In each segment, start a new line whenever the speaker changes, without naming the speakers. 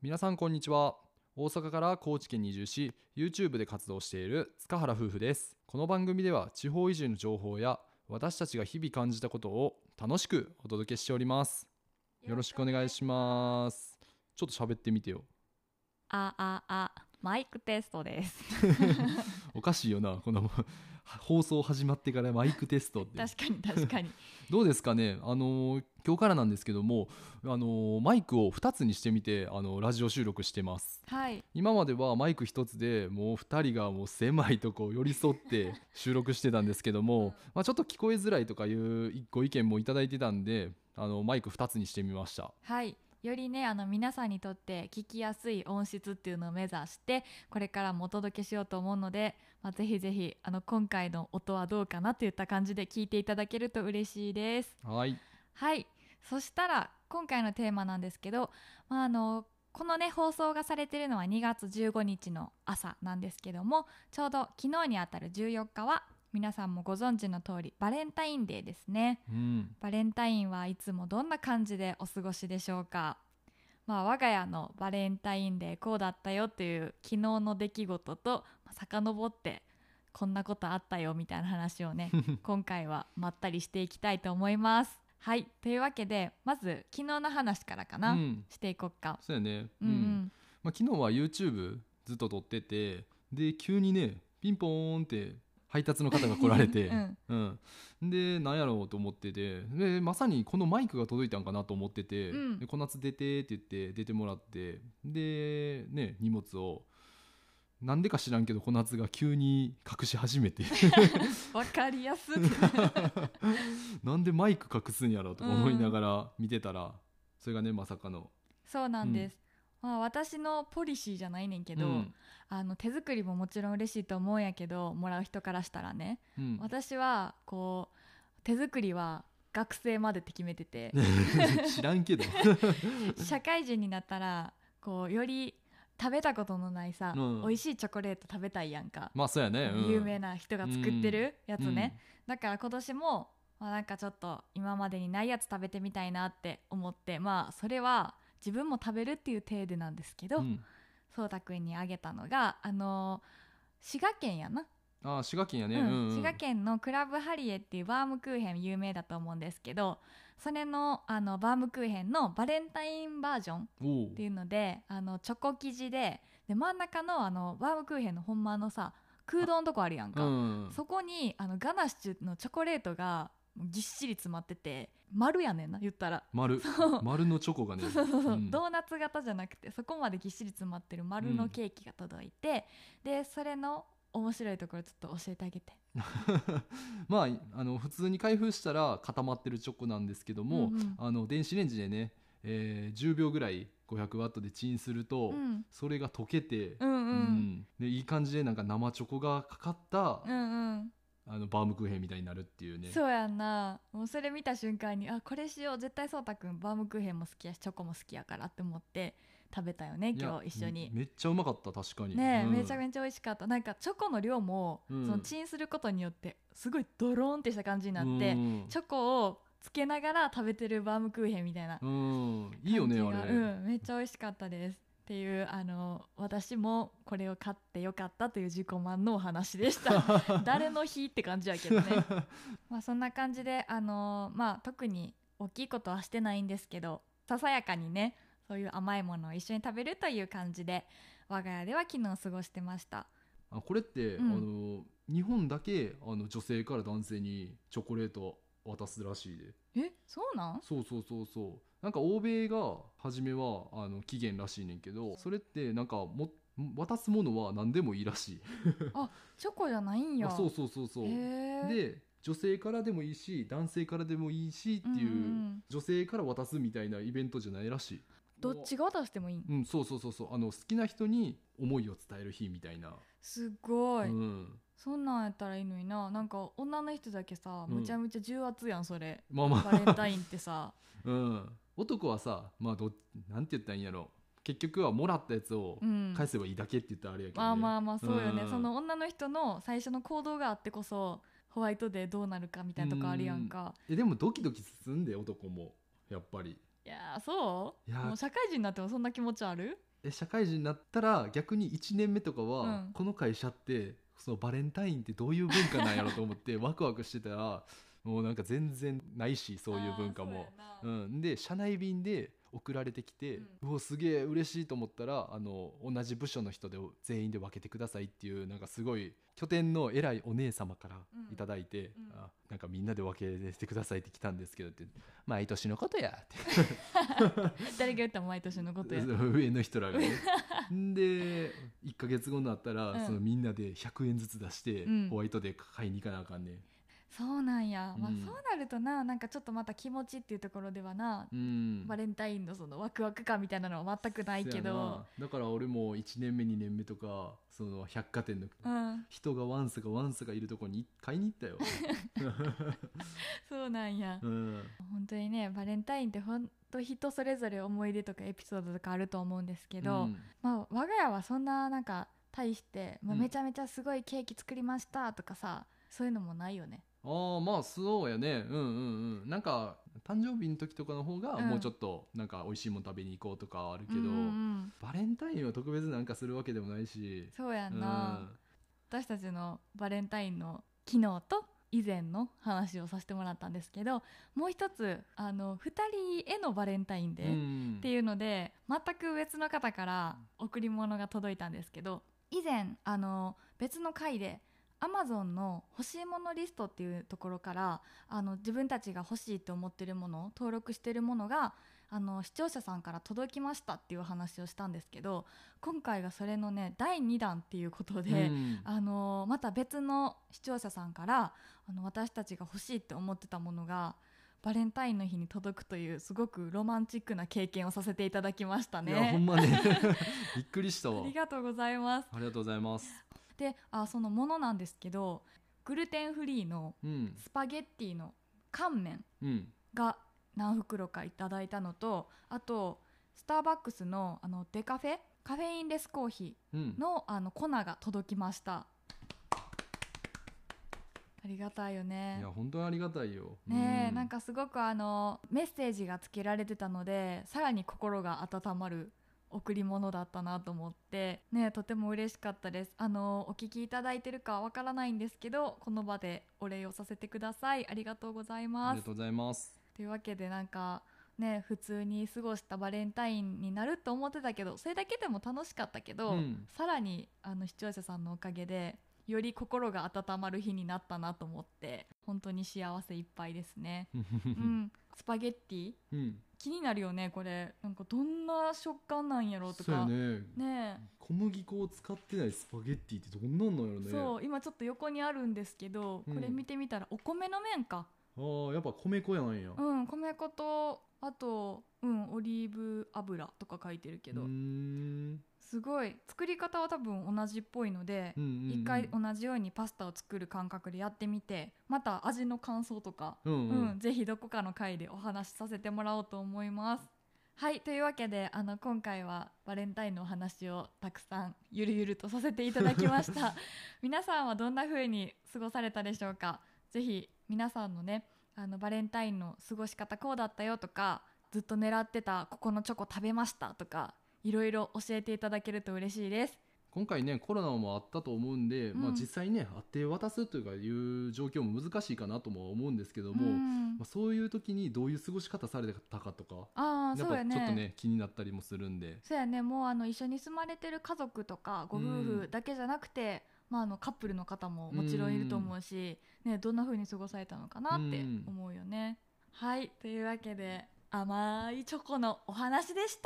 皆さんこんにちは大阪から高知県に移住し YouTube で活動している塚原夫婦ですこの番組では地方移住の情報や私たちが日々感じたことを楽しくお届けしておりますよろしくお願いしますちょっと喋ってみてよ
あああマイクテストです
おかしいよなこの 放送始まってからマイクテストって
確かに確 かに
どうですかね、あのー今日からなんですけども、あのーマイクを2つにしてみて、あのーラジオ収録してます。
はい
今まではマイク1つでもう2人がもう狭いとこを寄り添って収録してたんですけども、まあ、ちょっと聞こえづらいとかいうご意見もいただいてたんで、あのマイク2つにしてみました。
はいよりねあの皆さんにとって聞きやすい音質っていうのを目指してこれからもお届けしようと思うので、まあ、ぜひぜひあの今回の音はどうかなといった感じで聞いていただけると嬉しいです
はい、
はいそしたら今回のテーマなんですけど、まあ、あのこのね放送がされてるのは2月15日の朝なんですけどもちょうど昨日にあたる14日は皆さんもご存知の通りバレンタインデーですね
うん、
バレンタインはいつもどんな感じでお過ごしでしょうかまあ我が家のバレンタインデーこうだったよっていう昨日の出来事とまあ遡ってこんなことあったよみたいな話をね今回はまったりしていきたいと思いますはいというわけでまず昨日の話からか な、
うん、
していこっか
そうやね、
うんうん
まあ、昨日は YouTube ずっと撮っててで急にねピンポーンって配達の方が来られて
うん、
うんで何やろうと思っててでまさにこのマイクが届いたんかなと思ってて「
うん
で小夏出て」って言って出てもらってでね荷物をなんでか知らんけど小夏が急に隠し始 めて
わかりやすい
なんでマイク隠すんやろとか思いながら見てたら、それがねまさかの。
そうなんです、まあ私のポリシーじゃないねんけど、
うん
あの手作りももちろん嬉しいと思うんやけどもらう人からしたらね
うん、
私はこう手作りは学生までって決めてて
知らん けど、
社会人になったらこうより食べたことのないさ、
うん
美味しいチョコレート食べたいやんか、
まあそうやね、うん、
有名な人が作ってるやつね、だから今年も、まあ、なんかちょっと今までにないやつ食べてみたいなって思ってまあそれは自分も食べるっていう体でなんですけど、
うん、うん
そうたくんにあげたのがあの滋賀県やな
ああ滋賀県やね、
うん
うんうん
滋賀県のクラブハリエっていうバームクーヘン有名だと思うんですけどそれのあのバームクーヘンのバレンタインバージョンっ
おう
ていうのであのチョコ生地でで真ん中のあのバームクーヘンのほんまのさ空洞のとこあるやんか、
うん、
そこにあのガナッシュのチョコレートがぎっしり詰まってて丸やねんな言ったら。
丸
そう
丸のチョコがね
そうそうそう
うん
ドーナツ型じゃなくてそこまでぎっしり詰まってる丸のケーキが届いて、でそれの面白いところちょっと教えてあげて
まああの普通に開封したら固まってるチョコなんですけども、
うんうん
あの電子レンジでね、えー10秒ぐらい500ワットでチンすると、
うん
それが溶けて、
うんう
うんでいい感じでなんか生チョコがかかった、
うんうん
あのバームクーヘンみたいになるっていうね
そうやんなもうそれ見た瞬間にあこれしよう絶対そうたくんバームクーヘンも好きやしチョコも好きやからって思って食べたよね
いや
今日一緒に
めめっちゃうまかった確かに
ねえ、
うん
めちゃめちゃ美味しかったなんかチョコの量も、
うん
そのチンすることによってすごいドローンってした感じになって、
うん
チョコをつけながら食べてるバームクーヘンみたいな
うんいいよね
感じ
あ
が
れ、
うん、めっちゃ美味しかったですっていうあの私もこれを買ってよかったという自己満のお話でした 誰の日って感じやけどねまあそんな感じであのまあ特に大きいことはしてないんですけどささやかにねそういう甘いものを一緒に食べるという感じで我が家では昨日過ごしてました
あこれって、
うん
あの日本だけあの女性から男性にチョコレートを渡すらしいで
えそうなん
そうそうそうそうなんか欧米が初めはあの期限らしいねんけどそれってなんかも渡すものは何でもいいらしい
チョコじゃないんや
あ そうそうそうそう
へー
で女性からでもいいし男性からでもいいしっていう、
うんうんうん
女性から渡すみたいなイベントじゃないらしい
どっちが渡してもいいん
うんそうそうそうそうあの好きな人に思いを伝える日みたいな、
すごい、
うん、
そんなんやったらいいのにななんか女の人だけさ
うん
むちゃむちゃ重圧やんそれ、
まあま
バレン
あ、
タインっ てさ
うん、男はさまあどなんて言ったらいいんやろ結局はもらったやつを
うん
返せばいいだけって言ったらあれやけど、ね
まあまあまあそうよね、
うん
その女の人の最初の行動があってこそホワイトデーどうなるかみたいなとこあるやんか
えでもドキドキ進んで男もやっぱり
いやーそう
いやー
もう社会人になってもそんな気持ちある
え社会人になったら逆に1年目とかは、
うん
この会社ってそのバレンタインってどういう文化なんやろと思って ワクワクしてたらもうなんか全然ないしそういう文化も。
あー
う、
そうやなん
で社内便で送られてきて、うおすげえ嬉しいと思ったらあの同じ部署の人で全員で分けてくださいっていうなんかすごい拠点の偉いお姉様から
うん
いただいて、
うん
あなんかみんなで分けてくださいって来たんですけどって毎年のことやって
誰が言ったら毎年のことや
上の人ら がねんで1ヶ月後になったら、
うん
そのみんなで100円ずつ出して、
うん
ホワイトで買いに行かなあかんねん
そうなんや、まあ
うん
そうなるとななんかちょっとまた気持ちっていうところではな、
うん
バレンタインのそのワクワク感みたいなのは全くないけ
そや
ど
なだから俺も1年目2年目とかその百貨店の
うん
人がワンサがワンサがいるとこに買いに行ったよ、
そうなんや、
うん、
本当にねバレンタインってほんと人それぞれ思い出とかエピソードとかあると思うんですけど、
うん
まあ我が家はそんななんか大して、まあ、
うん
めちゃめちゃすごいケーキ作りましたとかさ、そういうのもないよね
ああまあそうやねうんうんうんなんか誕生日の時とかの方が
うん
もうちょっとなんか美味しいもん食べに行こうとかはあるけど、
うんうんうん
バレンタインは特別なんかするわけでもないし
そうや
うん
な、私たちのバレンタインの昨日と以前の話をさせてもらったんですけどもう一つあの2人へのバレンタインデー、
ん
っていうので全く別の方から贈り物が届いたんですけど以前あの別の回で Amazon の欲しいものリストっていうところからあの自分たちが欲しいと思ってるもの登録してるものがあの視聴者さんから届きましたっていう話をしたんですけど今回がそれのね第2弾っていうことで、
うん
あのまた別の視聴者さんからあの私たちが欲しいって思ってたものがバレンタインの日に届くというすごくロマンチックな経験をさせていただきました
いやほん
ね。
ま ねびっくりしたわ
ありがとうございます。
ありがとうございます、
であそのものなんですけどグルテンフリーの
うん
スパゲッティの乾麺
うん、
が何袋かいただいたのとあとスターバックスのあのデカフェカフェインレスコーヒー
うん、
のあの粉が届きましたありがたいよね
いや本当にありがたいよ
ねえ、
う
なんかすごくあのメッセージがつけられてたのでさらに心が温まる贈り物だったなと思ってねえとても嬉しかったですあのお聞きいただいてるかわからないんですけどこの場でお礼をさせてくださいありがとうござい
あ
ま
り
す
がとうございます
というわけでなんかね普通に過ごしたバレンタインになると思ってたけどそれだけでも楽しかったけど、
うん
さらにあの視聴者さんのおかげでより心が温まる日になったなと思って本当に幸せいっぱいですね。うん、スパゲッティ
うん
気になるよねこれなんかどんな食感なんやろうと
そう
か
やね
ね
小麦粉を使ってないスパゲッティってどんなんなんやろ
え
ね
そう今ちょっと横にあるんですけど
うん
これ見てみたらお米の麺か
ああやっぱ米粉やなんや
うん米粉とあとうんオリーブ油とか書いてるけど
うーん
すごい作り方は多分同じっぽいので
うんうんうん
一回同じようにパスタを作る感覚でやってみてまた味の感想とか
うんう
うん
ん
ぜひどこかの回でお話しさせてもらおうと思います。はいというわけであの今回はバレンタインのお話をたくさんゆるゆるとさせていただきました 皆さんはどんな風に過ごされたでしょうかぜひ皆さんのねあのバレンタインの過ごし方こうだったよとかずっと狙ってたここのチョコ食べましたとかいろいろ教えていただけると嬉しいです
今回ねコロナもあったと思うんで、
うん
まあ、実際ねあって渡すというかいう状況も難しいかなとも思うんですけども、
うん
まあ、そういう時にどういう過ごし方されたかとか
あ
や
あ
っ
そう
ぱ
や
ちょっ
ね
とね気になったりもするん で
そうやねもうあの一緒に住まれてる家族とかご夫
う
婦
ん
だけじゃなくて、まあ、あのカップルの方ももちろんいると思うし、ね、どんな風に過ごされたのかなって
うん
思うよね。はいというわけで甘いチョコのお話でし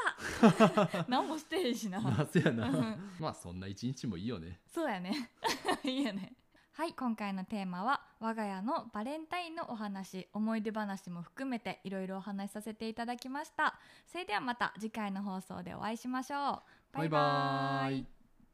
た 何もしてへんしな。
まあせや
うん
なまあそんな一日もいいよね
そうやね。 いいよね。はい、今回のテーマは我が家のバレンタインのお話、思い出話も含めていろいろお話しさせていただきました。それではまた次回の放送でお会いしましょう。バイバ
バイバ
イ
ーイ